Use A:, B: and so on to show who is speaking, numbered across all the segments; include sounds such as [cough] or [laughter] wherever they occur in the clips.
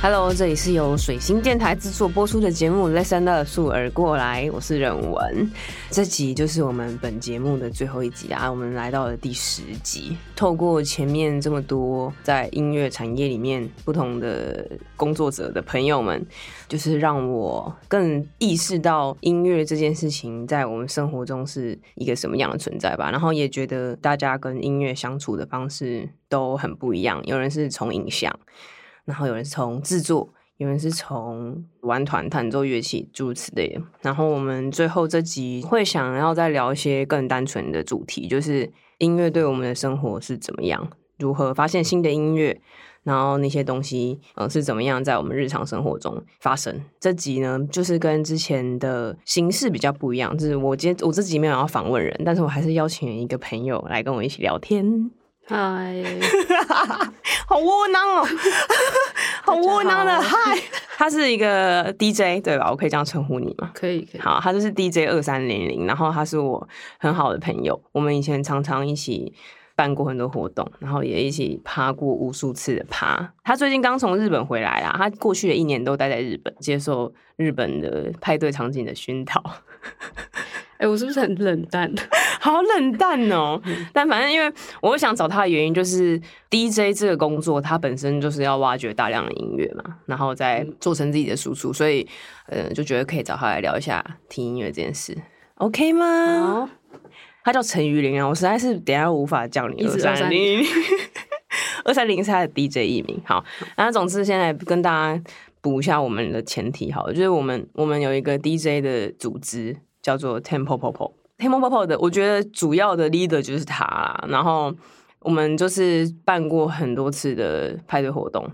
A: Hello，这里是由水星电台制作播出的节目《Lesson 的竖耳过来》，我是任文。这集就是我们本节目的最后一集啊，我们来到了第十集。透过前面这么多在音乐产业里面不同的工作者的朋友们，就是让我更意识到音乐这件事情在我们生活中是一个什么样的存在吧。然后也觉得大家跟音乐相处的方式都很不一样，有人是从影像。然后有人是从制作，有人是从玩团、弹奏乐器诸如此类的。然后我们最后这集会想要再聊一些更单纯的主题，就是音乐对我们的生活是怎么样，如何发现新的音乐，然后那些东西，呃，是怎么样在我们日常生活中发生。这集呢，就是跟之前的形式比较不一样，就是我今天我这集没有要访问人，但是我还是邀请一个朋友来跟我一起聊天。[laughs]
B: 嗨，
A: 哎
B: [laughs]
A: 好窝囊 [laughs] 哦，好窝囊的
B: 大家好
A: 嗨！他是一个 [laughs] DJ 对吧？我可以这样称呼你吗？
B: [laughs] 可以可以，
A: 好，他就是 DJ 二三零零，然后他是我很好的朋友，我们以前常常一起办过很多活动，然后也一起趴过无数次的趴。他最近刚从日本回来啦，他过去的一年都待在日本，接受日本的派对场景的熏陶。 [laughs]
B: 哎、我是不是很冷淡？
A: 好冷淡哦、但反正因为我想找他的原因，就是 DJ 这个工作，它本身就是要挖掘大量的音乐嘛，然后再做成自己的输出，所以呃，就觉得可以找他来聊一下听音乐这件事，OK 吗？
B: 好，
A: 他叫陈于林啊，我实在是等一下无法叫你
B: 一
A: 二
B: 直
A: 三零。 [laughs] 二三零是他的 DJ 艺名，好，那总之先来跟大家补一下我们的前提，好了，就是我们我们有一个 DJ 的组织叫做 Tempo Popo。Tempo Popo 的，我觉得主要的 leader 就是他啦。然后我们就是办过很多次的派对活动。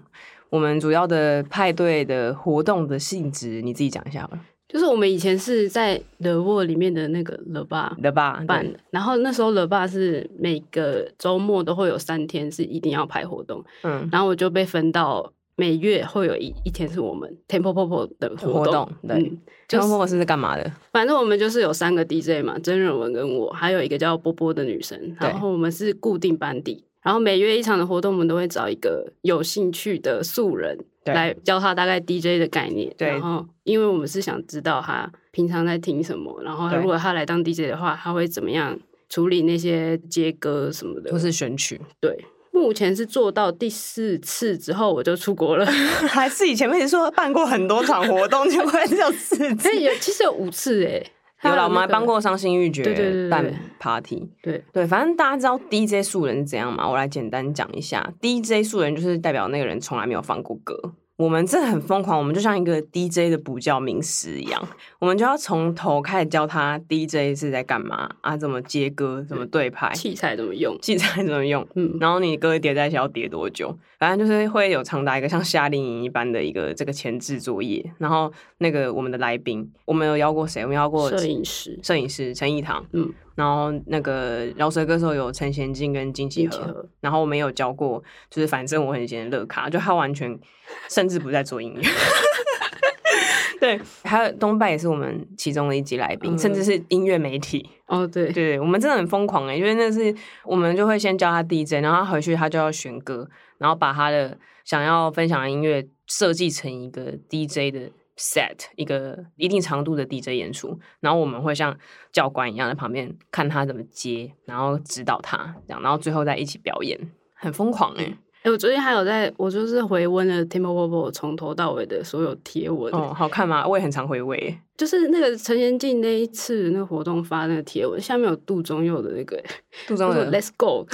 A: 我们主要的派对的活动的性质，你自己讲一下吧。
B: 就是我们以前是在 The w o r 里面的那个 The Bar
A: 的吧，
B: 办的，然后那时候 The Bar 是每个周末都会有三天是一定要排活动，
A: 嗯，
B: 然后我就被分到每月会有一一天是我们 Temple Popo 的活动，
A: 活动对
B: 嗯，就
A: Tempo
B: 是
A: Popo 是干嘛的？
B: 反正我们就是有三个 DJ 嘛，曾仁文跟我，还有一个叫波波的女生，
A: 对
B: 然后我们是固定班底，然后每月一场的活动，我们都会找一个有兴趣的素人
A: 对
B: 来教他大概 DJ 的概念，
A: 对
B: 然后因为我们是想知道他平常在听什么，然后
A: 对
B: 如果他来当 DJ 的话，他会怎么样处理那些接歌什么的，
A: 就是选曲，
B: 对。目前是做到第四次之后，我就出国
A: [laughs]
B: 了。哎
A: 还是以前面说办过很多场活动，就会只有四
B: 哎、有其实有五次哎、
A: 有啦，我们还
B: 还
A: 帮过伤心欲绝，
B: 对对对对对
A: 办 party。
B: 对
A: 对，反正大家知道 DJ 素人是怎样嘛，我来简单讲一下。DJ 素人就是代表那个人从来没有放过歌。我们真的很疯狂，我们就像一个 DJ 的补教名师一样，我们就要从头开始教他 DJ 是在干嘛啊，怎么接歌，怎么对拍，
B: 器材怎么用？
A: 器材怎么用，
B: 嗯，
A: 然后你歌叠在一起要叠多久？反正就是会有长达一个像夏令营一般的一个这个前置作业。然后那个我们的来宾，我们有邀过谁？我们邀过
B: 摄影师，
A: 摄影师陈意堂，
B: 嗯，
A: 然后那个饶舌歌手有陈贤进跟金喜
B: 集合。
A: 和，然后我们也有教过，就是反正我很闲的乐咖，就他完全甚至不在做音乐。 [laughs] 对，还有东拜也是我们其中的一级来宾，
B: 嗯
A: 甚至是音乐媒体。
B: 哦，对，
A: 对，我们真的很疯狂哎、因为那是我们就会先教他 DJ，然后他回去他就要选歌，然后把他的想要分享的音乐设计成一个 DJ 的 set，一个一定长度的 DJ 演出，然后我们会像教官一样在旁边看他怎么接，然后指导他这样，然后最后再一起表演，很疯狂哎、
B: 哎、我昨天还有在，我就是回温了 Temple Bobo 从头到尾的所有贴文，
A: 哦，好看吗？我也很常回味、欸，
B: 就是那个陈贤进那一次那个活动发那个贴文，下面有杜忠佑的那个，
A: 杜
B: 他
A: 中
B: 说
A: 的
B: Let's Go，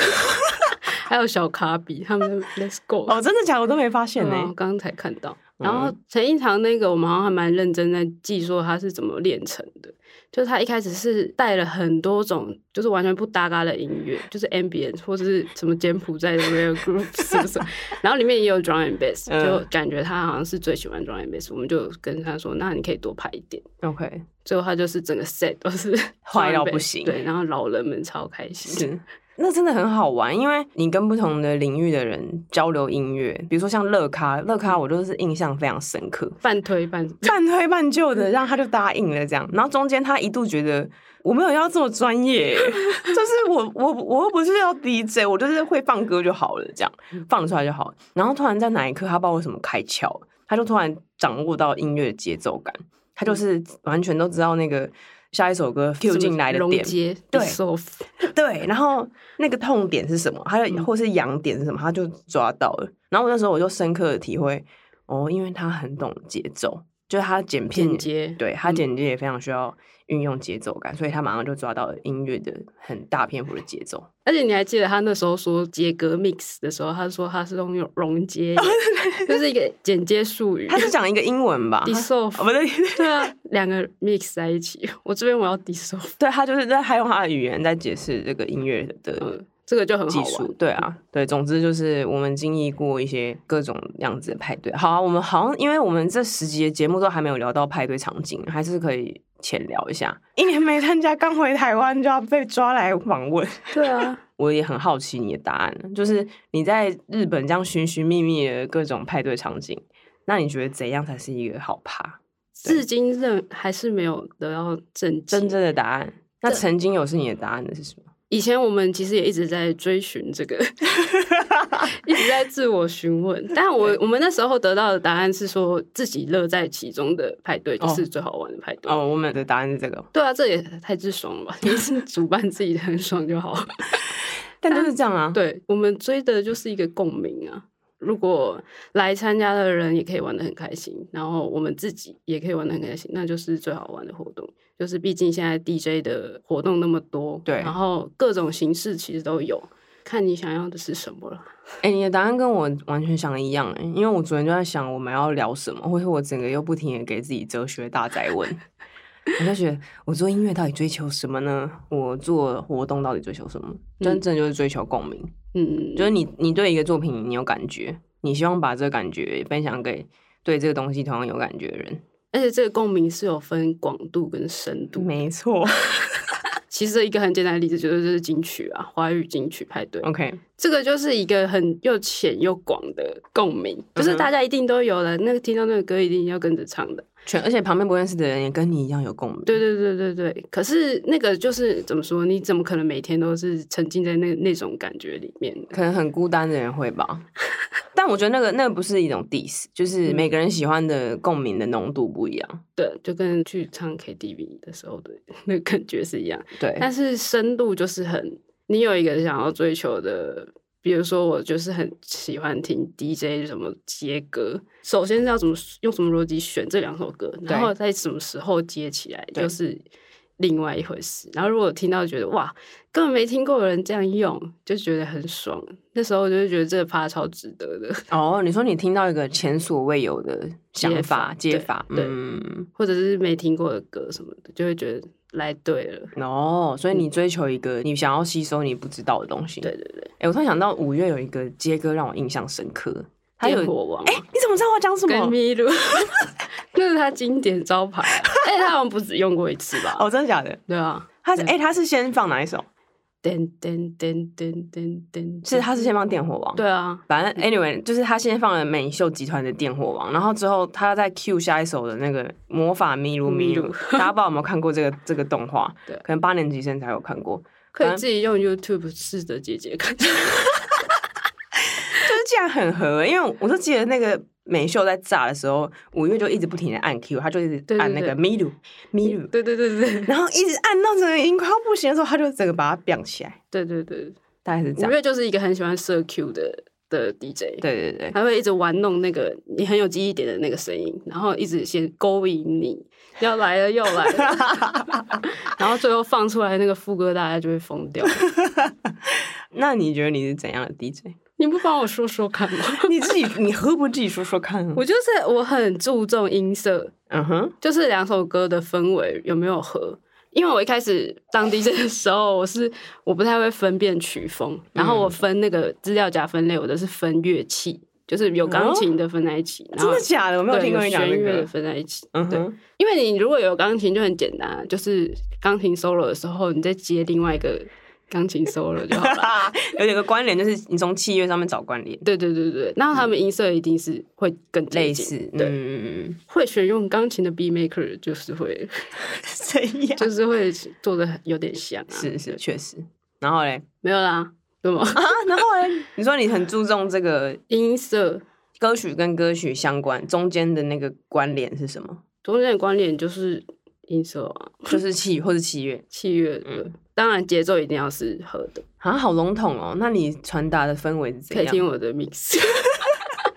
B: 还有小卡比他们 Let's Go，
A: 哦，真的假的？我都没发现呢、
B: 嗯我刚才看到。然
A: 嗯
B: 后陈一堂那个，我们好像还蛮认真在记说他是怎么练成的。就是他一开始是带了很多种，就是完全不搭嘎的音乐，就是 ambient 或者是什么柬埔寨的 real group 是不是？然后里面也有 drum and bass，
A: 嗯
B: 就感觉他好像是最喜欢 drum and bass。我们就跟他说，那你可以多拍一点。
A: 欸 OK，
B: 最后他就是整个 [laughs] set 都是
A: 坏到
B: drum and bass，
A: 不行
B: 对，然后老人们超开心。
A: 是。那真的很好玩，因为你跟不同的领域的人交流音乐，比如说像乐咖，乐咖我就是印象非常深刻，
B: 半推半
A: 半推半就的，让他就答应了这样。然后中间他一度觉得我没有要这么专业，就是我我我又不是要 DJ，我就是会放歌就好了，这样放得出来就好了。然后突然在哪一刻，他不知道为什么开窍，他就突然掌握到音乐节奏感，他就是完全都知道那个下一首歌 Q 进来的
B: 什么
A: 点
B: 溶，解
A: 对
B: dissolve
A: 对，然后那个痛点是什么，还
B: 嗯
A: 有或是痒点是什么，他就抓到了。然后我那时候我就深刻的体会，哦，因为他很懂节奏，就是他剪片
B: 剪接
A: 对他
B: 嗯
A: 剪接也非常需要运用节奏感，所以他马上就抓到了音乐的很大篇幅的节奏。
B: 而且你还记得他那时候说杰格 mix 的时候，他说他是用用溶接，
A: 哦
B: [laughs] 就是一个简介术语？
A: 他是讲一个英文吧
B: dissolve，
A: 哦，不对， [laughs]
B: 对啊，两个 mix 在一起。我这边我要 dissolve，
A: 对他就是在他用他的语言在解释这个音乐的
B: 嗯，这个就很好
A: 技
B: 玩
A: 术。。对啊，对，总之就是我们经历过一些各种样子的派对。好啊，我们好像因为我们这十集的节目都还没有聊到派对场景，还是可以浅聊一下。一年没参加，刚回台湾就要被抓来访问。 [laughs]
B: 对啊，
A: 我也很好奇你的答案，就是你在日本这样寻寻觅觅的各种派对场景，那你觉得怎样才是一个好趴？
B: 至今仍还是没有得到正
A: 真
B: 解
A: 正的答案？那曾经有是你的答案的是什么？
B: 以前我们其实也一直在追
A: [laughs]
B: 寻这个，一直在自我询问。但我我们那时候得到的答案是说，自己乐在其中的派对就
A: 哦
B: 是最好玩的派对。
A: 哦，我们的答案是这个，
B: 对啊，这也太自爽了吧！ [laughs] 就是主办自己很爽就好。
A: 但就是这样啊。
B: 对我们追的就是一个共鸣啊。如果来参加的人也可以玩的很开心，然后我们自己也可以玩的很开心，那就是最好玩的活动。就是毕竟现在 DJ 的活动那么多，
A: 对
B: 然后各种形式其实都有，看你想要的是什么了。
A: 哎、你的答案跟我完全想的一样哎、因为我昨天就在想我们要聊什么，或是我整个又不停的给自己哲学大宅 [laughs] 问，我就觉得我做音乐到底追求什么呢？我做活动到底追求什么？真正就是追求共鸣，
B: 嗯，
A: 就是你你对一个作品你有感觉，你希望把这个感觉分享给对这个东西同样有感觉的人。
B: 而且这个共鸣是有分广度跟深度。
A: 没错
B: 其实一个很简单的例子就是就是金曲啊，华语金曲派对。
A: ，OK，
B: 这个就是一个很又浅又广的共鸣，就
A: 嗯
B: 是
A: 哼
B: 大家一定都有了，那个听到那个歌一定要跟着唱的。
A: 全而且旁边不认识的人也跟你一样有共鸣。
B: 对对对对对。可是那个就是怎么说？你怎么可能每天都是沉浸在那那种感觉里面？
A: 可能很孤单的人会
B: [laughs]
A: 吧。但我觉得那个那个不是一种 diss，就是
B: 嗯
A: 每个人喜欢的共鸣的浓度不一样。
B: 对，就跟去唱 KTV 的时候的 [laughs] 那个感觉是一样。
A: 对，
B: 但是深度就是很，你有一个想要追求的，比如说我就是很喜欢听 DJ 什么接歌，首先是要怎么用什么逻辑选这两首歌，然后在什么时候接起来，
A: 对
B: 就是另外一回事。然后如果听到觉得哇，根本没听过有人这样用，就觉得很爽，那时候我就会觉得这个趴超值得的，
A: 哦，你说你听到一个前所未有的想法
B: 解
A: 解
B: 法
A: 法，
B: 对
A: 嗯，
B: 或者是没听过的歌什么的，就会觉得来对了。
A: 哦，所以你追求一个你想要吸收你不知道的东西。
B: 嗯对，对对，
A: 哎，我突然想到五月有一个接歌让我印象深刻，还有
B: 烟火王
A: 哎，你怎么知道我讲什
B: 跟
A: 么？
B: 麋 [laughs] 鹿，那是他经典招牌、
A: [laughs]
B: 啊。哎、他好像不止用过一次吧？
A: 哦，真的假的？
B: 对啊，
A: 他是
B: 对
A: 哎，他是先放哪一首？
B: 噔噔噔噔噔噔，
A: 是他是先放电火王。
B: 对啊，
A: 反正 anyway，就是他先放了美秀集团的《电火王》，然后之后他再 cue 下一首的那个《魔法咪噜咪
B: 咪
A: 噜》，大家不知道有没有看过这个这个动 [laughs] 画？
B: 对
A: 可能八年级生才有看过。
B: 可以自己用 YouTube 试着解解
A: [laughs]
B: 看。
A: 就是这样很合，欸因为我就记得那个美秀在炸的时候，五月就一直不停的按 cue，他就一
B: 对
A: 直
B: 对
A: 按那个咪噜咪噜，
B: 对对对对
A: 然后一直按到整个已经快要不行的时候，他就整个把它裱起来，
B: 对对对，
A: 大概是这样。
B: 五月就是一个很喜欢射 Q 的的 DJ。
A: 对对对，
B: 他会一直玩弄那个你很有记忆点的那个声音，然后一直先勾引你，要来了又来了，
A: [laughs]
B: 然后最后放出来那个副歌，大家就会疯掉。
A: 那你觉得你是怎样的 DJ？
B: 你不帮我说说看吗？
A: 你 [laughs] 自己你何不自己说说看啊？
B: 我就是我很注重音色，
A: 嗯哼，
B: 就是两首歌的氛围有没有合。因为我一开始当 DJ 的时候，我是我不太会分辨曲风，然后我
A: 嗯
B: 分那个资料夹分类，我的是分乐器，就是有钢琴的分在一起，然
A: 哦真
B: 后
A: 的假的？我没有
B: 对
A: 听过你讲这
B: 弦乐的
A: 个。
B: 分在一起。
A: 嗯
B: 对
A: 哼。
B: 因为你如果有钢琴就很简单啊，就是钢琴 solo 的时候，你再接另外一个钢琴 solo 就好了。
A: [laughs] 有点个关联，就是你从器乐上面找关联，
B: 对对对对，那他们音色一定是会更接
A: 类
B: 近
A: 似，嗯
B: 对，
A: 嗯 [laughs] 嗯，
B: 会选用钢琴的 B maker 就是会，
A: 这样
B: 就是会做的有点像、啊，
A: 是是确实。然后嘞
B: 没有啦，对
A: [laughs]
B: 吗？
A: 啊， [laughs] 然后嘞，你说你很注重这个
B: 音色
A: 歌曲跟歌曲相关中间的那个关联是什么？
B: 中间的关联就是音色啊，
A: 就是器或是器乐
B: 器乐
A: 嗯
B: 的，当然节奏一定要是合的。
A: 啊，好笼统哦。那你传达的氛围是
B: 可
A: 怎
B: 以听
A: 样？
B: 我的 mix， [laughs]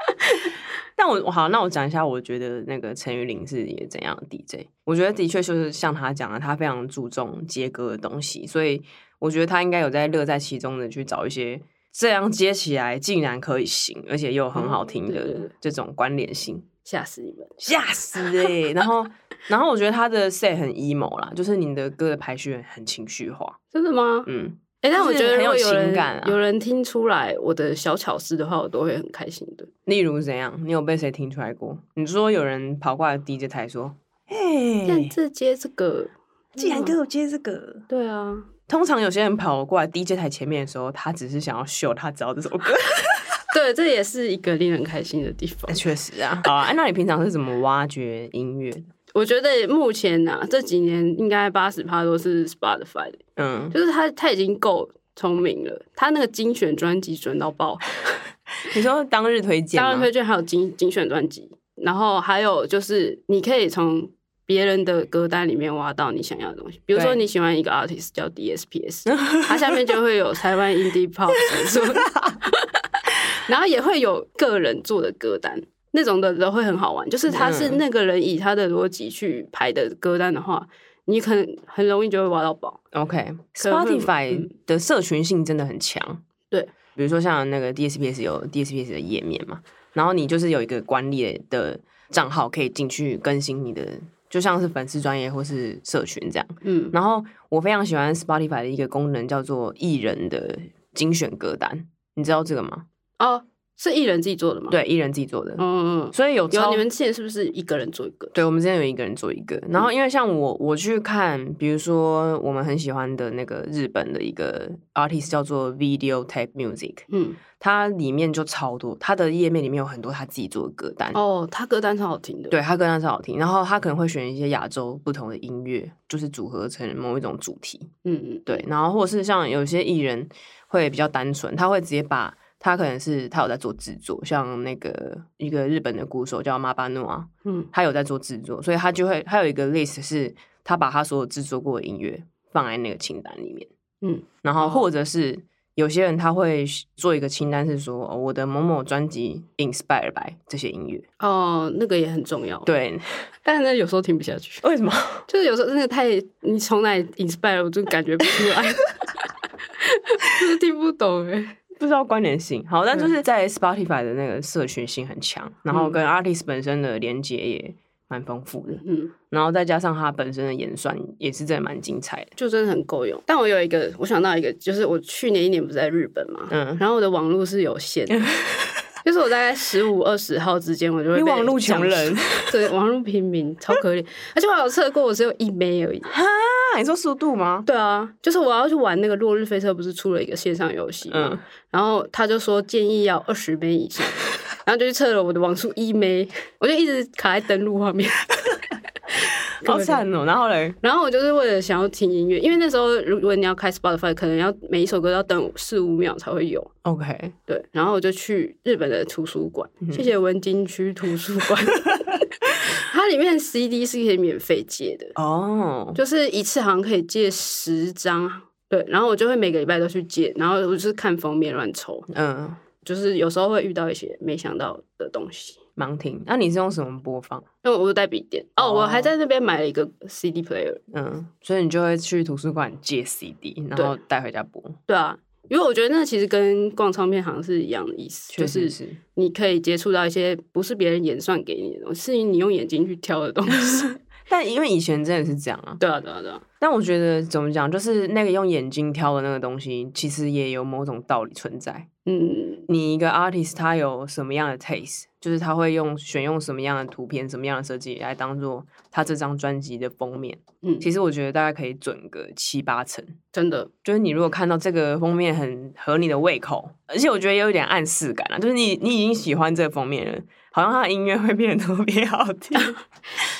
A: 但我好，那我讲一下，我觉得那个陈玉玲是一个怎样的 DJ？我觉得的确就是像他讲的，他非常注重接歌的东西，所以我觉得他应该有在乐在其中的去找一些这样接起来竟然可以行，而且又很好听
B: 嗯对对
A: 的
B: 对
A: 这种关联性。
B: 吓死你们！
A: 吓死哎、然
B: [laughs]
A: 后，然后我觉得他的 set 很 emo 啦，就是你的歌的排序很情绪化，
B: 真的吗？
A: 嗯，
B: 哎、但
A: 就
B: 我
A: 是
B: 觉得
A: 很
B: 如
A: 有
B: 果有
A: 情
B: 人
A: 感啊
B: 有人听出来我的小巧思的话，我都会很开心的。
A: 例如怎样？你有被谁听出来过？你说有人跑过来 DJ 台说，哎、
B: 但这接这个，嗯
A: 我接这个，
B: 对啊，
A: 通常有些人跑过来 DJ 台前面的时候，他只是想要秀他知道这首
B: [laughs]
A: 歌，
B: 对，这也是一个令人开心的地方
A: 哎。确实啊，好啊，哎那你平常是怎么挖掘音乐的？
B: 我觉得目前啊，这几年应该八十趴都是 Spotify 的，
A: 嗯，
B: 就是他他已经够聪明了，他那个精选专辑准到爆，
A: 你说当日推荐
B: 当然
A: 吗
B: 推？荐还有精精选专辑，然后还有就是你可以从别人的歌单里面挖到你想要的东西，比如说
A: 对
B: 你喜欢一个 artist 叫 DSPS，它下面就会有台湾 indie pop
A: [laughs]
B: 指数 [laughs] 然后也会有个人做的歌单。那种的都会很好玩，就是他是
A: 嗯
B: 那个人以他的逻辑去排的歌单的话，你可能很容易就会挖到宝。可能会
A: OK，Spotify
B: 嗯
A: 的社群性真的很强。
B: 对，
A: 比如说像那个 DSPS 有 DSPS 的页面嘛，然后你就是有一个管理的账号可以进去更新你的，就像是粉丝专业或是社群这样。
B: 嗯，
A: 然后我非常喜欢 Spotify 的一个功能叫做艺人的精选歌单，你知道这个吗？
B: 哦，是艺人自己做的吗？，
A: 对，艺人自己做的，
B: 嗯嗯，嗯
A: 所以有
B: 有
A: 超
B: 你们之前是不是一个人做一个？
A: 对，我们之前有一个人做一个，然后
B: 嗯
A: 因为像我，我去看，比如说我们很喜欢的那个日本的一个 artist 叫做 Video Tape Music，
B: 嗯，
A: 它里面就超多，它的页面里面有很多他自己做的歌单，
B: 哦，他歌单超好听的。
A: 对，他歌单是好听，然后他可能会选一些亚洲不同的音乐，就是组合成某一种主题，
B: 嗯，嗯，
A: 对，然后或者是像有些艺人会比较单纯，他会直接把。他可能是他有在做制作，像那个一个日本的鼓手叫马巴诺啊，
B: 嗯，
A: 他有在做制作，所以他就会他有一个 list 是他把他所有制作过的音乐放在那个清单里面，
B: 嗯，
A: 然后或者是有些人他会做一个清单，是说、哦我的某某专辑 inspire by 这些音乐，
B: 哦，那个也很重要。，
A: 对，
B: 但是呢，有时候听不下去，
A: 哦为什么？
B: 就是有时候真的太你从哪里 inspire 我就感觉不出来， [laughs] 就是听不懂哎。
A: [laughs] 不知道关联性。好，但就是在 Spotify 的那个社群性很强，然后跟 artist 本身的连接也蛮丰富的，
B: 嗯，
A: 然后再加上他本身的演算也是真的蛮精彩的，
B: 就真的很够用。但我有一个，我想到一个，就是我去年一年不是在日本嘛，
A: 嗯。
B: 然后我的网络是有限
A: [laughs]
B: 的。就是我大概十五二十号之间，我就会
A: 你
B: 被
A: 网络
B: 讲
A: 穷人
B: 对网络平民超可怜，而且我还有测过，我只有一枚而已。
A: 啊？你说速度吗？
B: 对啊，就是我要去玩那个《落日飞车》，不是出了一个线上游戏嘛？
A: 嗯
B: 然后他就说建议要二十枚以上，然后就去测了我的网速一枚，我就一直卡在登录画面。
A: [laughs] 好惨哦！然后嘞，
B: 然后我就是为了想要听音乐，因为那时候如果你要开 Spotify，可能要每一首歌都要等四五秒才会有。
A: OK，
B: 对，然后我就去日本的图书馆，
A: 嗯
B: 谢谢文京区图书馆， [laughs] 它里面的 CD 是可以免费借的，
A: 哦，
B: 就是一次好像可以借十张，对，然后我就会每个礼拜都去借，然后我就是看封面乱抽，
A: 嗯，
B: 就是有时候会遇到一些没想到的东西。
A: 盲听。那你是用什么播放？
B: 因为我有带笔电哦，
A: 哦
B: 我还在那边买了一个 CD player，
A: 嗯，所以你就会去图书馆借 CD，然后带回家播。
B: 对啊，因为我觉得那其实跟逛唱片行是一样的意思，
A: 确
B: 就
A: 实
B: 是
A: 是，
B: 你可以接触到一些不是别人演算给你的东西，是你用眼睛去挑的东西。
A: 但因为以前真的是这样啊。
B: 对啊，对啊，对啊，
A: 但我觉得怎么讲，就是那个用眼睛挑的那个东西，其实也有某种道理存在。
B: 嗯，
A: 你一个 artist，他有什么样的 taste，就是他会用选用什么样的图片、什么样的设计来当做他这张专辑的封面。
B: 嗯，
A: 其实我觉得大概可以准个七八成，
B: 真的，
A: 就是你如果看到这个封面很合你的胃口，而且我觉得也有一点暗示感啊，就是你你已经喜欢这个封面了，好像他的音乐会变得特别好听。 [laughs]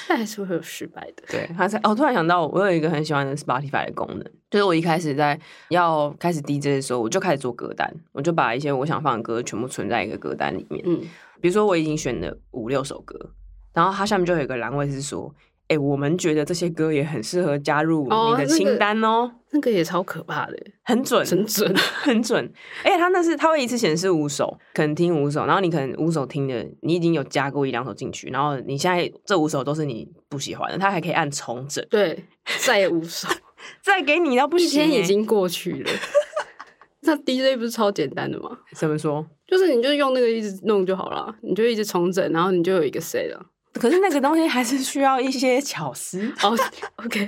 B: 但还是会有失败的。
A: 啊对，他是哦，突然想到我有一个很喜欢的 Spotify 的功能，就是我一开始在要开始 DJ 的时候，我就开始做歌单，我就把一些我想放的歌全部存在一个歌单里面。
B: 嗯，
A: 比如说我已经选了五六首歌，然后它下面就有一个栏位是说，哎、我们觉得这些歌也很适合加入你
B: 哦
A: 的
B: 那个
A: 清单哦，
B: 那个也超可怕的，
A: 很准，
B: 真 [laughs] 准。
A: 很准。而且它那是它会一次显示五首，可能听五首，然后你可能五首听的，你已经有加过一两首进去，然后你现在这五首都是你不喜欢的，它还可以按重整，
B: 对，再也无 [laughs] 手，
A: 再给你到不
B: 一
A: 行、欸。
B: 天已经过去了。 [laughs] 那 DJ 不是超简单的吗？
A: 怎么说？
B: 就是你就用那个一直弄就好了，你就一直重整，然后你就有一个 set 了。
A: 可是那个东西还是需要一些巧思。
B: 哦、o k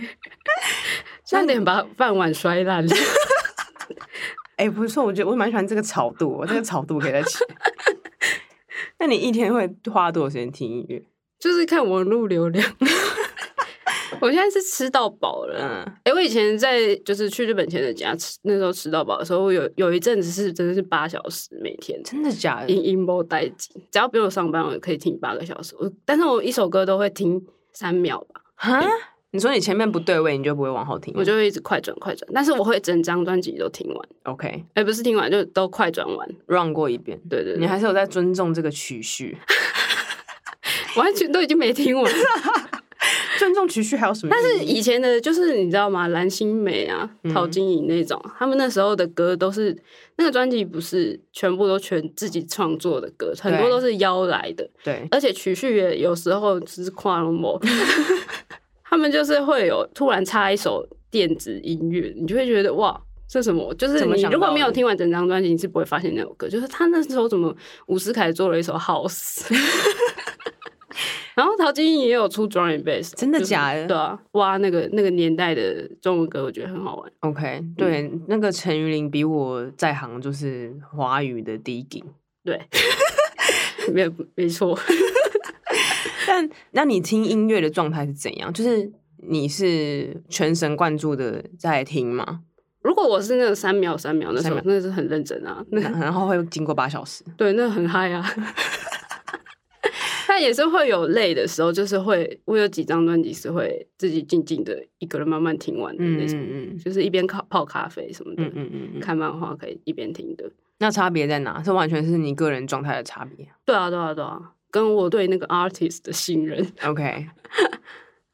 B: [laughs] 差点把饭碗摔烂了。
A: [laughs]
B: [laughs]
A: 哎、不错，我觉得我蛮喜欢这个草度，我这个草度给它起。 [laughs] 那你一天会花多少时间听音乐？
B: 就是看网络流 [laughs] 量。我现在是吃到饱了。
A: 嗯，
B: 哎、我以前在就是去日本前的家吃，那时候吃到饱的时候，我有有一阵子是真的是八小时每天，
A: 真的假的？
B: 音音波带紧，只要不用上班，我可以听八个小时。我但是我一首歌都会听三秒吧，
A: 哈？你说你前面不对位，你就不会往后听吗？
B: 我就会一直快转快转，但是我会整张专辑都听完，
A: OK
B: 哎、不是听完就都快转完。
A: run 过一遍。
B: 对对
A: 你
B: 对，
A: 还是有在尊重这个曲序，
B: 完全都已经没听
A: [laughs]
B: 完。
A: 尊重曲序还有什么？
B: 但是以前的，就是你知道吗？蓝心湄啊、
A: 嗯
B: 陶晶莹那种，他们那时候的歌都是那个专辑，不是全部都全自己创作的歌，很多都是邀来的，
A: 对，
B: 而且曲序也有时候只是跨龙某， [laughs] 他们就是会有突然插一首电子音乐，你就会觉得哇。这什么？就是
A: 怎么
B: 你
A: 想
B: 如果
A: 到
B: 没有
A: 的
B: 听完整张专辑，你是不会发现那首歌。就是他那时候怎么伍思凯做了一首 House，然后陶晶莹也有出 Drum and Bass，
A: 真的
B: 就是
A: 假的
B: 对啊，挖那个那个年代的中文歌，我觉得很好玩。
A: OK，对，那个陈玉玲比我在行，就是华语的第一顶。 [laughs]
B: 对，没有没错， [laughs]
A: 但那你听音乐的状态是怎样？就是你是全神贯注的在听吗？
B: 如果我是那个三秒三秒那
A: 三
B: 首
A: 秒，
B: 那是很认真啊，那
A: 然然后会经过八小时，
B: 对，那很嗨啊。 [laughs] 但也是会有累的时候，就是会，我有几张专辑是会自己静静的一个人慢慢听完的
A: 嗯
B: 那种，
A: 嗯
B: 就是一边泡泡咖啡什么的，
A: 嗯嗯嗯嗯，
B: 看漫画可以一边听的。
A: 那差别在哪？是完全是你个人状态的差别。
B: 对啊，对啊，对啊，跟我对那个 artist 的信任，
A: [laughs] OK，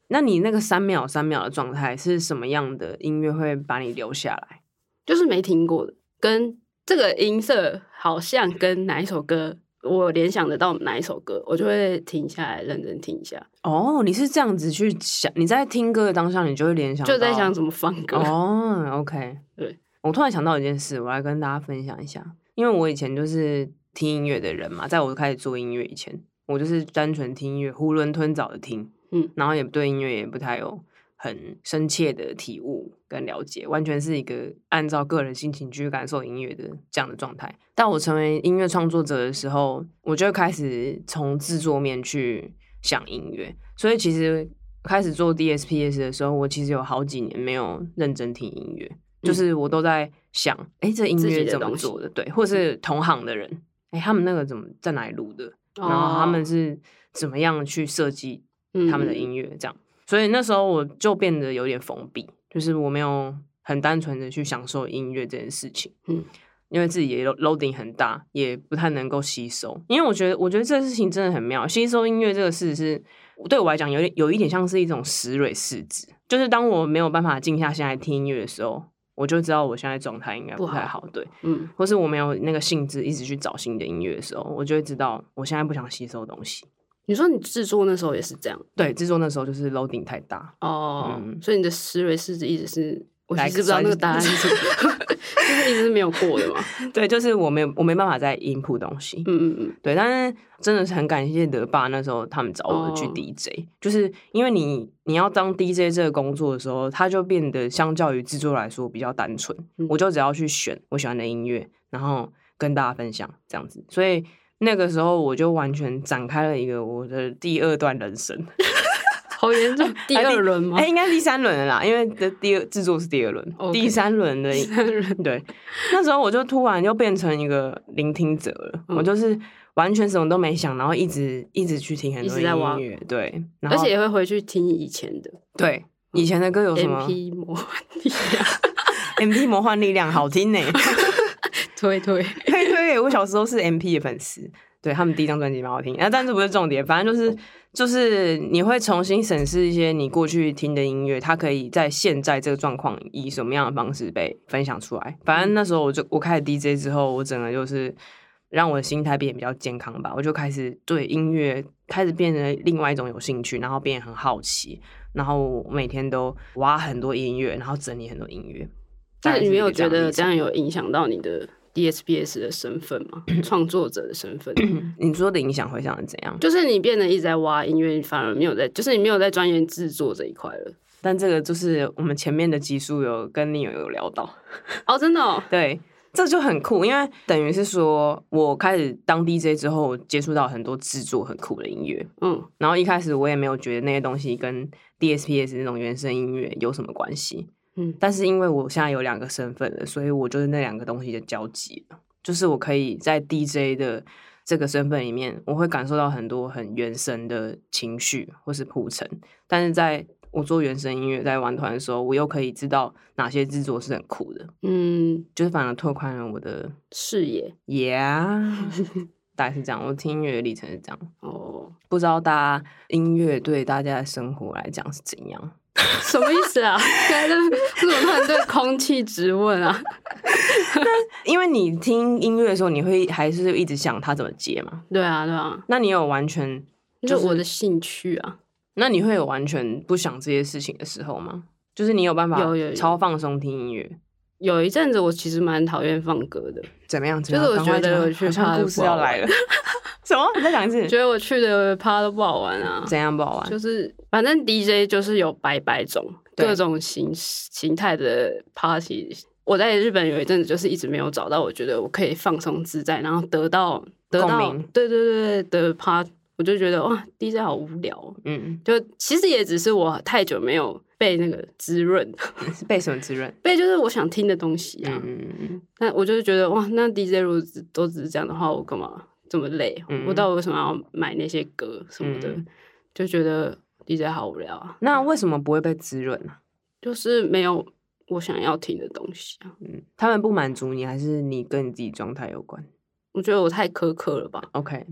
A: 那你那个三秒三秒的状态是什么样的音乐会把你留下来？
B: 就是没听过的，跟这个音色好像跟哪一首歌，我联想得到哪一首歌，我就会停下来认真听一下，
A: 哦，你是这样子去想，你在听歌的当下，你就会联想到，
B: 就在想怎么放歌。
A: 哦，OK，
B: 对，
A: 我突然想到一件事，我来跟大家分享一下，因为我以前就是听音乐的人嘛，在我开始做音乐以前，我就是单纯听音乐，囫囵吞枣的听，
B: 嗯，
A: 然后也对音乐也不太有很深切的体悟跟了解，完全是一个按照个人心情去感受音乐的这样的状态。但我成为音乐创作者的时候，我就开始从制作面去想音乐，所以其实开始做 DSPS 的时候，我其实有好几年没有认真听音乐，就是我都在想，哎、这音
B: 嗯自己
A: 乐
B: 的
A: 怎么
B: 东西嗯
A: 做的？对，或是同行的人，哎、他们那个怎么在哪里录的？然后他们
B: 哦
A: 是怎么样去设计
B: 嗯
A: 他们的音乐这样。所以那时候我就变得有点封闭，就是我没有很单纯的去享受音乐这件事情。
B: 嗯，
A: 因为自己也 lo- loading 很大，也不太能够吸收。因为我觉得，我觉得这个事情真的很妙，吸收音乐这个事是对我来讲有点有一点像是一种石蕊试纸，就是当我没有办法静下心来听音乐的时候。我就知道我现在状态应该不
B: 不
A: 太
B: 好
A: 好，对，
B: 嗯
A: 或是我没有那个兴致一直去找新的音乐的时候，我就会知道我现在不想吸收东西。
B: 你说你制作那时候也是这样
A: 对，制作那时候就是 loading 太大，
B: 哦，
A: 嗯
B: 所以你的思维是一直是，我
A: 来
B: 其实不知道
A: 算
B: 那个答案是什么， [laughs] 就是一直是没有过的嘛。
A: 对，就是我没有我没办法再 input 东西。
B: 嗯嗯嗯，
A: 对，但是真的是很感谢德爸那时候他们找我去
B: 哦
A: DJ，、就是因为你你要当 DJ 这个工作的时候，它就变得相较于制作来说比较单纯，
B: 嗯
A: 我就只要去选我喜欢的音乐，然后跟大家分享这样子，所以。那个时候我就完全展开了一个我的第二段人生，
B: 好严重，第二轮吗
A: 哎、？应该第三轮了啦，因为的第二制作是第二轮
B: OK
A: 第三轮
B: [laughs]
A: 的
B: 第三轮，
A: 对，那时候我就突然就变成一个聆听者了，
B: 嗯
A: 我就是完全什么都没想，然后一直一直去听很
B: 一
A: 多
B: 直在挖
A: 音乐，对， [laughs] 然
B: 而
A: 后
B: 且也会回去听以前的
A: 对以前的歌有什么
B: MP 魔幻力量，
A: [laughs] M P 魔幻力量好听呢、
B: 推推，
A: [laughs] 对对对，我小时候是 M P 的粉丝，对他们第一张专辑蛮好听，啊，但这不是重点，反正
B: 哦
A: 就是就是你会重新审视一些你过去听的音乐，它可以在现在这个状况以什么样的方式被分享出来。反
B: 嗯
A: 正那时候我就我开始 DJ 之后，我整个就是让我的心态变得比较健康吧，我就开始对音乐开始变得另外一种有兴趣，然后变得很好奇，然后我每天都挖很多音乐，然后整理很多音乐。大
B: 那
A: 概是
B: 你没
A: 一个
B: 有
A: 样
B: 觉
A: 的
B: 得
A: 历
B: 这
A: 程
B: 样有影响到你的 DSPS 的身份吗？创作者的身份，
A: 你说的影响会像是怎样？
B: 就是你变得一直在挖音乐，你反而没有在，就是你没有在钻研制作这一块了。
A: 但这个就是我们前面的集数有跟你有有聊到，
B: 哦，真的哦，
A: 对，这就很酷，因为等于是说我开始当 DJ 之后，接触到很多制作很酷的音乐，
B: 嗯，
A: 然后一开始我也没有觉得那些东西跟 DSPS 那种原声音乐有什么关系，
B: 嗯
A: 但是因为我现在有两个身份了，所以我就是那两个东西的交集了，就是我可以在 DJ 的这个身份里面，我会感受到很多很原生的情绪或是铺陈，但是在我做原声音乐在玩团的时候，我又可以知道哪些制作是很酷的，
B: 嗯，
A: 就是反而拓宽了我的
B: 视野
A: yeah，大概是这样，我听音乐的历程是这样。
B: 哦，
A: 不知道大家音乐对大家的生活来讲是怎样？
B: 什么意思啊？现在在为什么突然对空气质问啊？
A: 因为你听音乐的时候，你会还是一直想它怎么接嘛？
B: 对啊，对啊，
A: 那你有完全，
B: 就我的兴趣啊，
A: 那你会有完全不想这些事情的时候吗？就是你有办法
B: 有有有
A: 超放松听音乐，
B: 有一阵子我其实蛮讨厌放歌的，
A: 怎么样？
B: 就
A: 怎
B: 是
A: 么样
B: 我觉得
A: 赶快讲啊好
B: 我去怕
A: 像
B: 得
A: 故事
B: 不好
A: 要来了， [laughs] 什么？你再讲一次
B: 觉，得我去的趴都不好玩啊。
A: 怎样不好玩？
B: 就是反正 DJ 就是有百百种
A: 对
B: 各种形形态的 party。我在日本有一阵子，就是一直没有找到我觉得我可以放松自在，然后得到得到
A: 共鸣
B: 对对对对的 part，我就觉得哇，DJ 好无聊哦、
A: 嗯，
B: 就其实也只是我太久没有被那个滋润，
A: 是被什么滋润？
B: 被就是我想听的东西啊。
A: 嗯嗯嗯
B: 那我就是觉得哇，那 DJ 如果只都只是这样的话，我干嘛这么累？
A: 嗯
B: 我到底为什么要买那些歌什么的？
A: 嗯
B: 就觉得 DJ 好无聊啊。
A: 那为什么不会被滋润啊呢、
B: 就是没有我想要听的东西啊。
A: 嗯，他们不满足你，还是你跟你自己状态有关
B: 我觉得我太苛刻了吧，
A: ？OK，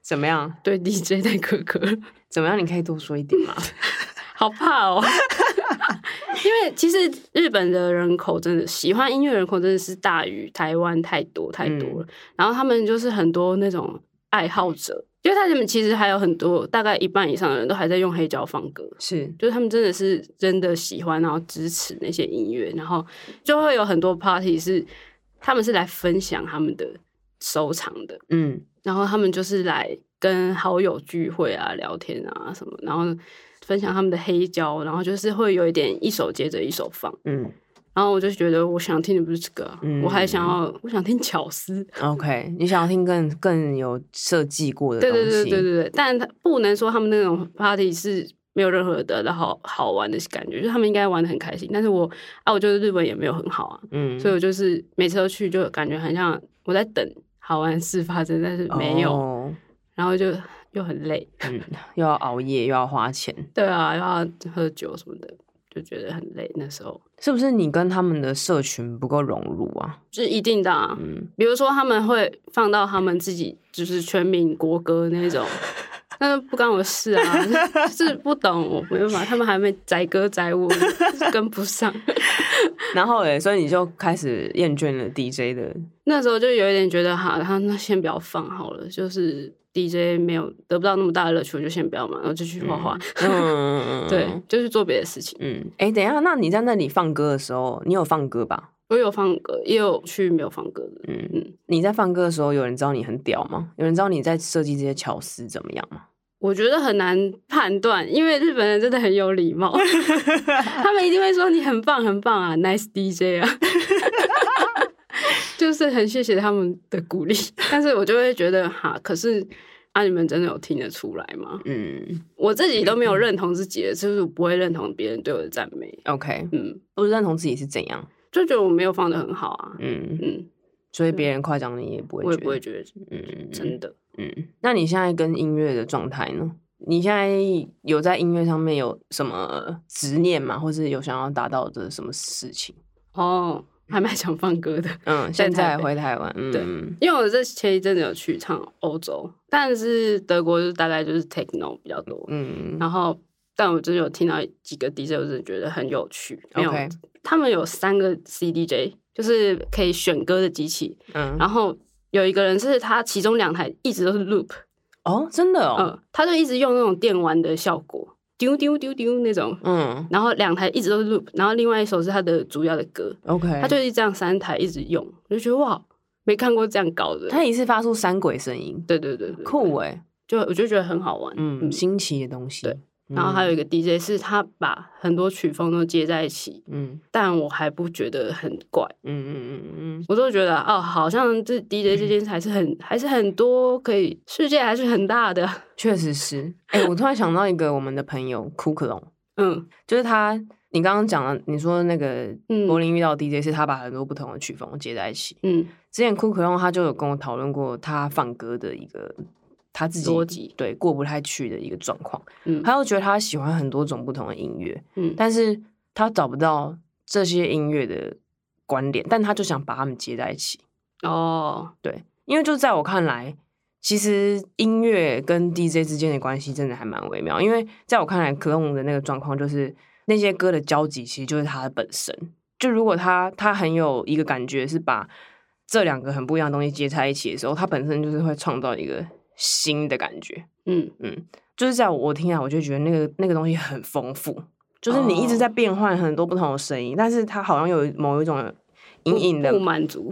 A: 怎么样？
B: 对 DJ 太苛刻了，
A: 怎么样？你可以多说一点吗？
B: 好怕哦。因为其实日本的人口真的喜欢音乐人口真的是大于台湾太多太多了，然后他们就是很多那种爱好者，因为他们其实还有很多大概一半以上的人都还在用黑胶放歌，
A: 是，
B: [laughs] 就是他们真的是真的喜欢，然后支持那些音乐，然后就会有很多 party 是他们是来分享他们的收藏的，
A: 嗯，
B: 然后他们就是来跟好友聚会啊、聊天啊什么，然后分享他们的黑胶，然后就是会有一点一首接着一首放，
A: 嗯
B: 然后我就觉得我想听的不是这个啊、
A: 嗯
B: 我还想要我想听巧思，
A: ，OK，你想要听更更有设计过的
B: 对
A: 东
B: 对
A: 西，
B: 对对对对，但他不能说他们那种 party 是没有任何的然后好玩的感觉，就是他们应该玩的很开心，但是我啊，我觉得日本也没有很好啊，
A: 嗯，
B: 所以我就是每次都去就感觉很像我在等好玩的事发生，但是没有，
A: 哦
B: 然后就又很累，
A: 嗯，又要熬夜又要花钱，
B: 对啊，又要喝酒什么的，就觉得很累。那时候
A: 是不是你跟他们的社群不够融入啊？
B: 是一定的、啊，
A: 嗯，
B: 比如说他们会放到他们自己就是全民国歌那种，但是不干我事啊， [laughs] 就是不懂，我没办法，他们还没载歌载舞，就是跟不上。
A: 然后诶，所以你就开始厌倦了 DJ 的，
B: 那时候就有一点觉得哈，他那先不要放好了，就是 DJ 没有得不到那么大的乐趣，我就先不要嘛，然后就去画画，
A: 嗯，
B: [laughs] 对，就去做别的事情。
A: 嗯，哎、等一下，那你在那里放歌的时候，你有放歌吧？
B: 我有放歌，也有去没有放歌的，
A: 嗯
B: 嗯，
A: 你在放歌的时候，有人知道你很屌吗？有人知道你在设计这些巧思怎么样吗？
B: 我觉得很难判断，因为日本人真的很有礼貌，他们一定会说你很棒很棒啊，nice DJ 啊， [laughs] 就是很谢谢他们的鼓励，但是我就会觉得哈，可是啊，你们真的有听得出来吗？
A: 嗯
B: 我自己都没有认同自己的，就是我不会认同别人对我的赞美，
A: ，OK，
B: 嗯，
A: 不认同自己是怎样，
B: 就觉得我没有放的很好啊，
A: 嗯，
B: 嗯，
A: 所以别人夸奖你也不会觉
B: 我也
A: 得，
B: 不会觉得
A: 嗯，
B: 真的。
A: 嗯，那你现在跟音乐的状态呢？你现在有在音乐上面有什么执念吗？或是有想要达到的什么事情？
B: 哦，还蛮想放歌的，
A: 嗯，现在
B: 台北
A: 回台湾，
B: 对
A: 嗯，
B: 因为我这前一阵子有去唱欧洲，但是德国就是大概就是 techno 比较多，
A: 嗯，
B: 然后但我真的有听到几个 DJ，我真的觉得很有趣。没有
A: OK
B: 他们有三个 CDJ，就是可以选歌的机器，
A: 嗯，
B: 然后有一个人是他其中两台一直都是 loop，
A: 哦，真的
B: 嗯、
A: 哦，
B: 他就一直用那种电玩的效果，丢丢丢丢那种。
A: 嗯
B: 然后两台一直都是 loop，然后另外一首是他的主要的歌，
A: 嗯，OK，
B: 他就是这样三台一直用，我就觉得哇，没看过这样搞的。
A: 他一次发出三轨声音，
B: 对对对对，
A: 酷
B: 对，
A: 哎，
B: 就我就觉得很好玩。
A: 嗯，新奇的东西，嗯
B: 对然后还有
A: 有，
B: 一个 DJ 是他把很多曲风都接在一起，
A: 嗯
B: 但我还不觉得很怪，
A: 嗯嗯嗯嗯
B: 我都觉得哦，好像这 DJ 这件
A: 嗯
B: 事还是很还是很多可以，世界还是很大的。
A: 嗯，确实是。哎，我突然想到一个我们的朋友库克龙，
B: 嗯
A: 就是他，你刚刚讲了，你说那个
B: 嗯
A: 柏林遇到的 DJ 是他把很多不同的曲风接在一起。
B: 嗯，
A: 之前库克用他就有跟我讨论过他放歌的一个他自己
B: 逻辑
A: 对过不太去的一个状况。
B: 嗯
A: 他又觉得他喜欢很多种不同的音乐，
B: 嗯
A: 但是他找不到这些音乐的关联，但他就想把它们接在一起。
B: 哦，
A: 对，因为就在我看来，其实音乐跟 DJ 之间的关系真的还蛮微妙。因为在我看来，Clone 的那个状况就是那些歌的交集，其实就是它的本身。就如果他他很有一个感觉是把这两个很不一样的东西接在一起的时候，它本身就是会创造一个新的感觉。
B: 嗯
A: 就是在我听来，我就觉得那个那个东西很丰富，就是你一直
B: 哦
A: 在变换很多不同的声音，但是它好像有某一种隐
B: 不
A: 隐的
B: 不满足，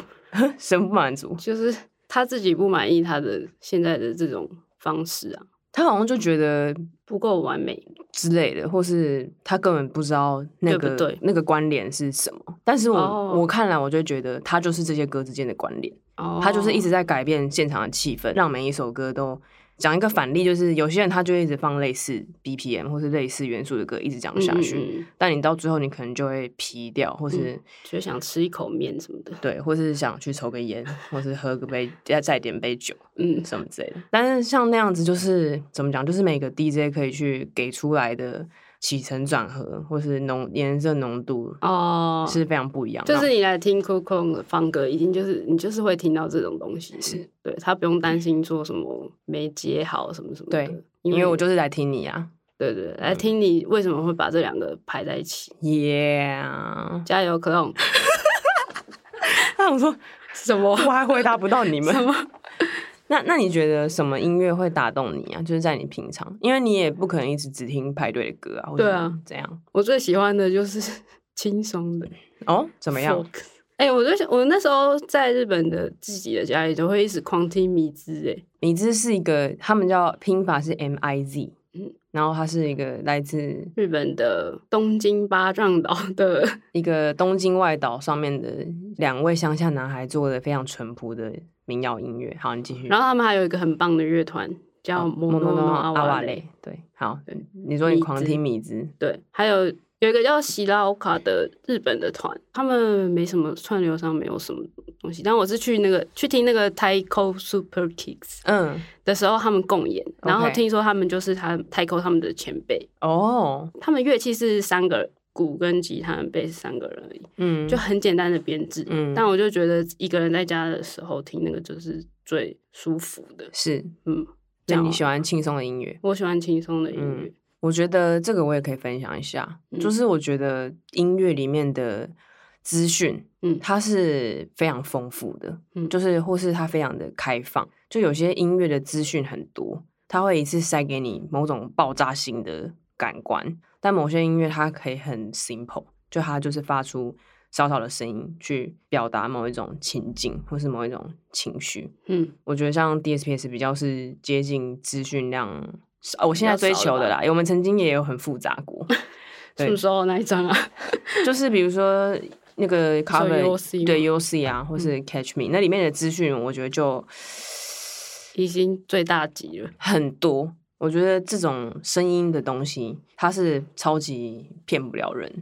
A: 神不满足。
B: 就是他自己不满意他的现在的这种方式啊，
A: 他好像就觉得
B: 不够完美。
A: 之类的，或是他根本不知道那
B: 对
A: 个
B: 不对
A: 那个关联是什么。但是我、
B: 哦
A: 我看来，我就觉得他就是这些歌之间的关联，
B: 哦，
A: 他就是一直在改变现场的气氛，让每一首歌都讲一个反例，就是有些人他就一直放类似 BPM 或是类似元素的歌一直讲
B: 嗯
A: 下去，
B: 嗯嗯嗯
A: 但你到最后你可能就会疲掉，或是、
B: 就想吃一口面什么的。
A: 对，或是想去抽个烟，或是喝个杯再再点杯酒。
B: 嗯
A: 什么之类的。但是像那样子，就是怎么讲，就是每个 DJ 可以去给出来的起承转合，或是浓颜色浓度
B: 哦，
A: 是非常不一样的。
B: 就是你来听 Coco 的方歌，一定就是你就是会听到这种东西，
A: 是
B: 对他不用担心说什么没接好什么什么的，
A: 对
B: 因
A: 因为我就是来听你啊
B: 对对对来听你为什么会把这两个排在一起，
A: [laughs] ，Yeah！
B: 加油 Coco，
A: 他想说，
B: 什么
A: 我还回答不到你们
B: [laughs] 什。么？
A: 那那你觉得什么音乐会打动你啊？就是在你平常，因为你也不可能一直只听排队的歌啊，或者
B: 对啊，
A: 怎样？
B: 我最喜欢的就是 [laughs] 轻松的，
A: 哦，怎么样？？
B: 哎、我就想，我那时候在日本的自己的家里，都会一直狂听迷之，哎，
A: 米兹是一个，他们叫拼法是 M I Z，
B: 嗯
A: 然后它是一个来自
B: 日本的东京八丈岛的，
A: 一个东京外岛上面的两位乡下男孩做的非常淳朴的民谣音乐。好，你继续。哦
B: 然后他们还有一个很棒的乐团叫
A: 好
B: 摩
A: 莫
B: 诺
A: 诺
B: 诺
A: 阿
B: 阿瓦
A: 瓦
B: 雷
A: 雷，，对，好，你说你
B: 米
A: 狂
B: 兹
A: 听米兹，
B: 对，还有有一个叫喜拉欧卡的日本的团，他们没什么串流上没有什么东西，但我是去那个去听那个 Taiko Super Kicks
A: 嗯，
B: 的时候，他们共演，然后
A: OK
B: 听说他们就是他 Taiko 他们的前辈，
A: 哦，
B: 他们乐器是三个人鼓跟吉他跟贝斯三个人而已，
A: 嗯，
B: 就很简单的编制。
A: 嗯
B: 但我就觉得一个人在家的时候听那个就是最舒服的，
A: 是，
B: 嗯，
A: 那
B: 讲
A: 你
B: 完
A: 喜欢轻松的音乐？
B: 我喜欢轻松的音乐。
A: 嗯我觉得这个我也可以分享一下，就
B: 嗯
A: 是我觉得音乐里面的资讯，
B: 嗯
A: 它是非常丰富的，
B: 嗯
A: 就是或是它非常的开放，就有些音乐的资讯很多，它会一次塞给你某种爆炸性的感官，但某些音乐它可以很 simple，就它就是发出小小的声音去表达某一种情境或是某一种情绪，
B: 嗯
A: 我觉得像 DSPS 比较是接近资讯量少，哦我现在追
B: 比较少嗯
A: 求
B: 了
A: 的
B: 吧
A: 啦，我们曾经也有很复杂过，对
B: 什么时候那一张啊？
A: 就是比如说那
B: [laughs]
A: 个 cover
B: UOC
A: 对
B: 吗嗯
A: UC 啊，或是 Catch Me，、那里面的资讯我觉得就
B: 已经最大级了。
A: 很多。我觉得这种声音的东西，它是超级骗不了人。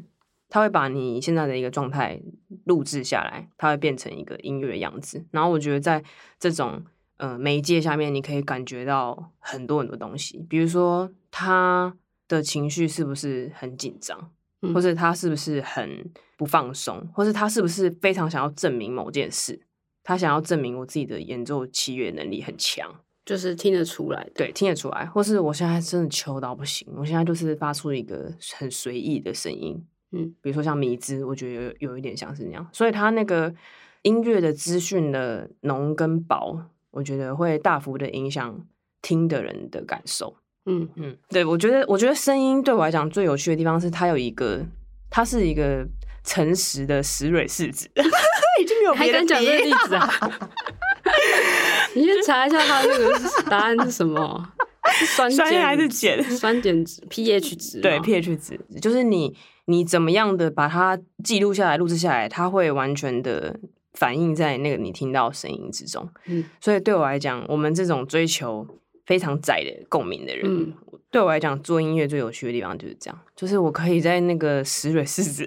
A: 它会把你现在的一个状态录制下来，它会变成一个音乐的样子。然后我觉得在这种呃媒介下面，你可以感觉到很多很多东西，比如说他的情绪是不是很紧张，
B: 嗯
A: 或是他是不是很不放松，或是他是不是非常想要证明某件事，他想要证明我自己的演奏器乐能力很强。
B: 就是听得出来的，
A: 对，听得出来，或是我现在真的求到不行，我现在就是发出一个很随意的声音，
B: 嗯，
A: 比如说像迷之，我觉得有有一点像是那样，所以他那个音乐的资讯的浓跟薄，我觉得会大幅的影响听的人的感受。
B: 嗯，
A: 嗯，对，我觉得，我觉得声音对我来讲最有趣的地方是，它有一个，它是一个诚实的石蕊试纸， [laughs] 已经没有
B: 还
A: 别的
B: 敢讲这
A: 别
B: 个例子啊？ [laughs] 你先查一下他那个是答案是
A: [laughs]
B: 什么？是酸
A: 酸
B: 碱
A: 还是碱
B: [laughs] 酸碱值 pH 值啊
A: 对
B: 吗
A: pH 值，就是你你怎么样的把它记录下来、录制下来，它会完全的反映在那个你听到的声音之中。
B: 嗯
A: 所以对我来讲，我们这种追求非常窄的共鸣的人，
B: 嗯
A: 对我来讲做音乐最有趣的地方就是这样，就是我可以在那个石蕊试
B: [laughs]
A: 纸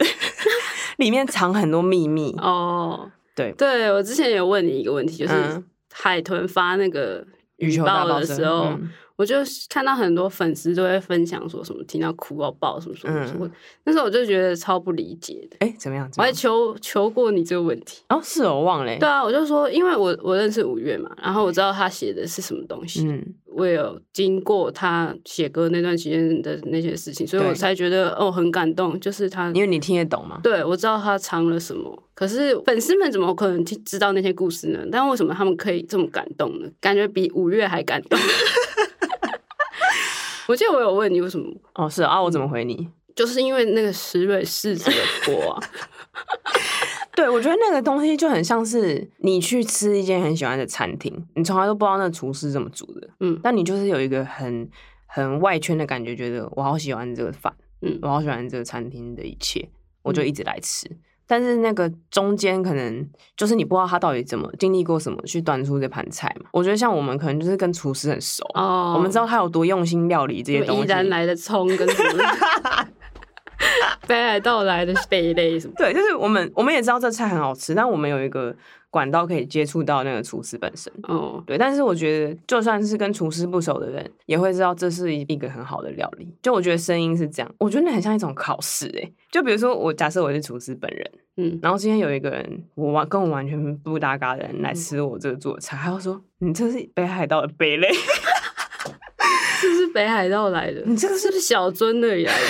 A: 里面藏很多秘密。
B: 哦，
A: 嗯对，
B: 对我之前有问你一个问题，就是
A: 嗯
B: 海豚发那个
A: 羽球大
B: 报
A: 爆
B: 的
A: 声
B: 时候，
A: 嗯
B: 我就看到很多粉丝都会分享说什么听到哭到爆什么什么什么，
A: 嗯
B: 那时候我就觉得超不理解的。
A: 哎、怎么样？怎么
B: 我还
A: 样
B: 求求过你这个问题，
A: 哦，是哦，我忘了、欸。
B: 对啊，我就说，因为我我认识五月嘛，然后我知道他写的是什么东西，
A: 嗯，
B: 我有经过他写歌那段期间的那些事情，所以
A: 对
B: 我才觉得哦很感动，就是他，
A: 因为你听得懂嘛。
B: 对我知道他藏了什么。可是粉丝们怎么可能听知道那些故事呢？但为什么他们可以这么感动呢？感觉比五月还感动。 [laughs] 我记得我有问你为什么，
A: 哦，是哦啊，我怎么回你？
B: 就是因为那个石蕊试纸的锅啊，
A: 对，我觉得那个东西就很像是你去吃一间很喜欢的餐厅，你从来都不知道那厨师怎么煮的， [laughs]
B: 嗯
A: 但你就是有一个很很外圈的感觉，觉得我好喜欢这个饭，
B: 嗯
A: 我好喜欢这个餐厅的一切，我就一直来吃。但是那个中间可能就是你不知道他到底怎么经历过什么去端出这盘菜嘛。我觉得像我们可能就是跟厨师很熟，
B: 哦，
A: 我们知道他有多用心料理这些
B: 什么
A: 东西。
B: 依然来的葱跟什么 [laughs] 北海道来的贝类什么，
A: 对，就是我们我们也知道这菜很好吃，但我们有一个管道可以接触到那个厨师本身。
B: 哦，
A: 对，但是我觉得，就算是跟厨师不熟的人，也会知道这是一个很好的料理。就我觉得声音是这样，我觉得那很像一种考试诶、就比如说，我假设我是厨师本人，
B: 嗯，
A: 然后今天有一个人，我完跟我完全不搭嘎的人来吃我这个做的菜，他就说：“你这是北海道的贝类，
B: 这是北海道来的，
A: [laughs] 你这个
B: 是
A: 是
B: 不是小樽啊那里来的？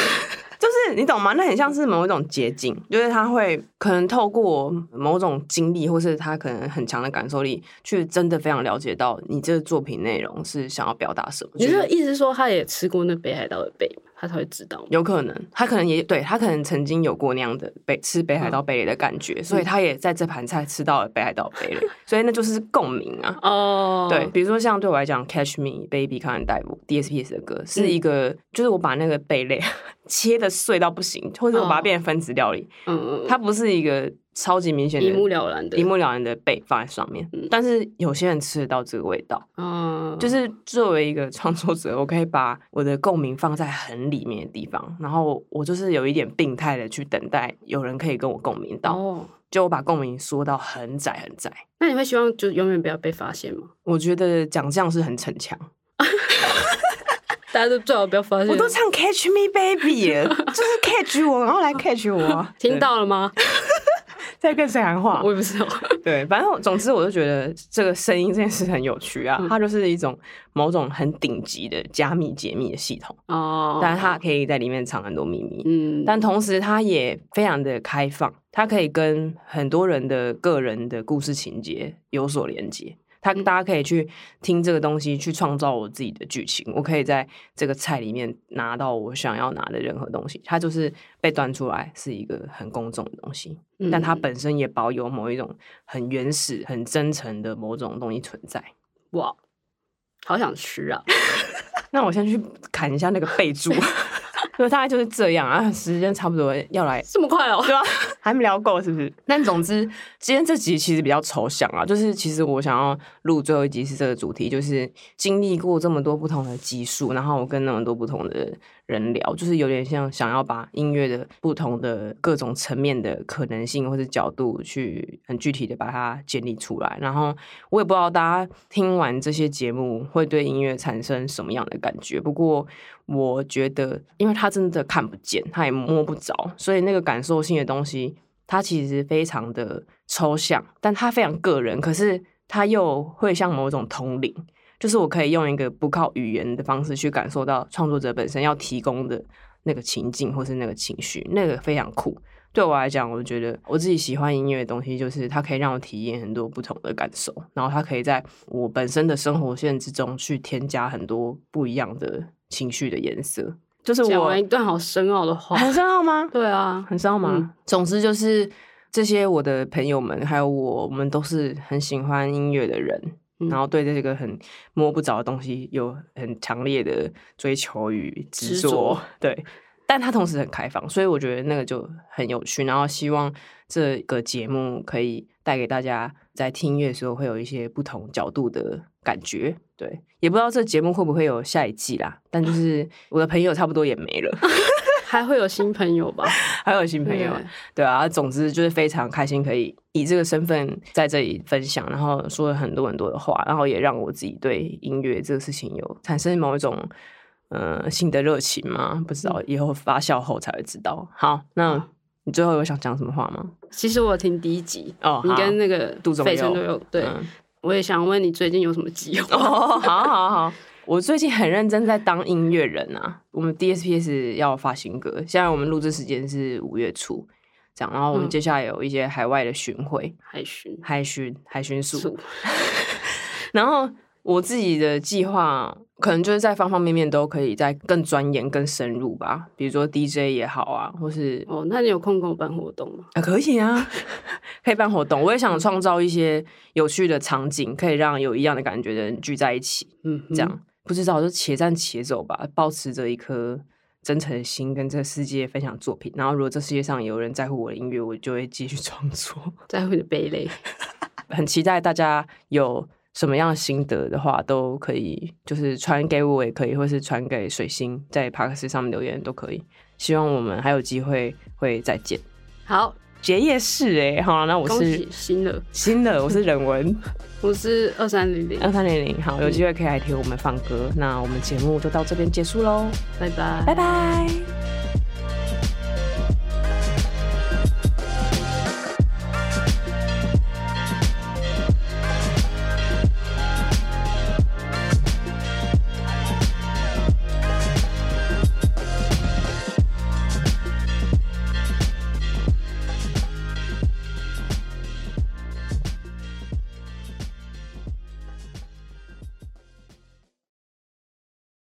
A: 就是你懂吗？那很像是某一种捷径，就是他会可能透过某种经历，或是他可能很强的感受力，去真的非常了解到你这个作品内容是想要表达什么。
B: 你
A: 就是
B: 是意思是说他也吃过那北海道的贝吗，他才会知道吗？
A: 有可能，他可能也对他可能曾经有过那样的北吃北海道
B: 嗯
A: 贝类的感觉，所以他也在这盘菜吃到了北海道贝类，所以那就是共鸣啊。
B: 哦，
A: 对，，比如说像对我来讲，《Catch Me》Baby 看人 Dive DSPS 的歌是
B: 嗯
A: 一个，就是我把那个贝类 [laughs] 切的碎到不行，或者我把它
B: 哦
A: 变成分子料理，
B: 嗯，
A: 它不是一个超级明显的
B: 一目了然的，
A: 一目了然的贝放在上面
B: 嗯，
A: 但是有些人吃得到这个味道。
B: 哦，
A: 就是作为一个创作者，我可以把我的共鸣放在很里面的地方，然后我就是有一点病态的去等待有人可以跟我共鸣到，
B: 哦，
A: 就我把共鸣缩到很窄很窄。
B: 那你会希望就永远不要被发现吗？
A: 我觉得讲这样是很逞强，
B: 大家都最好不要发现，
A: 我都唱 Catch Me Baby，了 [laughs] 就是 catch 我，然后来
B: [laughs]
A: catch 我啊，
B: 听到了吗？
A: 对在跟谁喊话
B: 我？也不知
A: [laughs]
B: 道，
A: 对，反正我总之我就觉得这个声音这件事很有趣
B: 嗯
A: 啊，它就是一种某种很顶级的加密解密的系统，
B: 哦，
A: 但是它可以在里面藏很多秘密。
B: 嗯，
A: 但同时它也非常的开放，它可以跟很多人的个人的故事情节有所连接。它
B: 嗯
A: 大家可以去听这个东西，去创造我自己的剧情。我可以在这个菜里面拿到我想要拿的任何东西。它就是被端出来是一个很公众的东西，
B: 嗯
A: 但它本身也保有某一种很原始、很真诚的某种东西存在。
B: 哇，好想吃啊，
A: [laughs]
B: [laughs]
A: 那我先去砍一下那个备注。所以大概就是这样啊，时间差不多要来
B: 这么快哦、
A: 对吧、啊 [laughs] 还没聊够是不是？但总之，今天这集其实比较抽象啊，就是其实我想要录最后一集是这个主题，就是经历过这么多不同的集数，然后我跟那么多不同的人聊，就是有点像想要把音乐的不同的各种层面的可能性或者角度去很具体的把它建立出来。然后我也不知道大家听完这些节目会对音乐产生什么样的感觉，不过。我觉得，因为他真的看不见，他也摸不着，所以那个感受性的东西，它其实非常的抽象，但它非常个人，可是它又会像某种通灵，就是我可以用一个不靠语言的方式去感受到创作者本身要提供的那个情境或是那个情绪，那个非常酷。对我来讲，我觉得我自己喜欢音乐的东西，就是它可以让我体验很多不同的感受，然后它可以在我本身的生活线之中去添加很多不一样的情绪的颜色。就是
B: 讲
A: 我 [laughs]
B: 完一哦段好深奥的话，
A: 很深奥吗？
B: 对啊，
A: 很少吗？
B: 嗯
A: 总之就是这些我的朋友们还有我，我们都是很喜欢音乐的人，
B: 嗯
A: 然后对这个很摸不着的东西有很强烈的追求与执
B: 执
A: 着
B: 着，
A: 对。但它同时很开放，所以我觉得那个就很有趣。然后希望这个节目可以带给大家在听音乐的时候会有一些不同角度的感觉。对，也不知道这节目会不会有下一季啦。但就是我的朋友差不多也没了， [laughs]
B: 还会有新朋友吧？
A: 还有新朋友
B: 对。
A: 对啊，总之就是非常开心，可以以这个身份在这里分享，然后说了很多很多的话，然后也让我自己对音乐这个事情有产生某一种呃新的热情嘛。不知
B: 嗯
A: 道以后发酵后才会知道。好，那你最后有想讲什么话吗？
B: 其实我有听第一集，
A: 哦
B: 你
A: 好
B: 跟那个
A: 杜仲
B: 费城
A: 佑
B: 都有对，
A: 嗯
B: 我也想问你最近有什么计
A: 哦，
B: 划？
A: 好好好，我最近很认真在当音乐人啊。我们 DSPS 要发新歌，现在我们录制时间是五月初，这样，然后我们
B: 嗯
A: 接下来有一些海外的巡回、
B: 海巡
A: 海巡、海巡署
B: 署，
A: 然后我自己的计划，可能就是在方方面面都可以再更钻研、更深入吧。比如说 DJ 也好啊，或是、
B: 哦，那你有空跟我办活动吗？
A: 啊可以啊， [laughs] 可以办活动。我也想创造一些有趣的场景，可以让有一样的感觉的人聚在一起。
B: 嗯，
A: 这样、，不知道就且战且走吧，保持着一颗真诚的心，跟这个世界分享作品。然后，如果这世界上有人在乎我的音乐，我就会继续创作。
B: 在乎你的贝类，
A: 很期待大家有什么样的心得的话，都可以就是传给我也可以，或是传给水星，在帕克斯上面留言都可以。希望我们还有机会会再见。
B: 好，
A: 结业式哎、好啦那我
B: 恭
A: 是
B: 喜新的，
A: 新的，我是人文
B: 我是二三零零，
A: [laughs] 二三零零，好，有机会可以来听我们放歌。那我们节目就到这边结束喽，
B: 拜拜，
A: 拜。拜。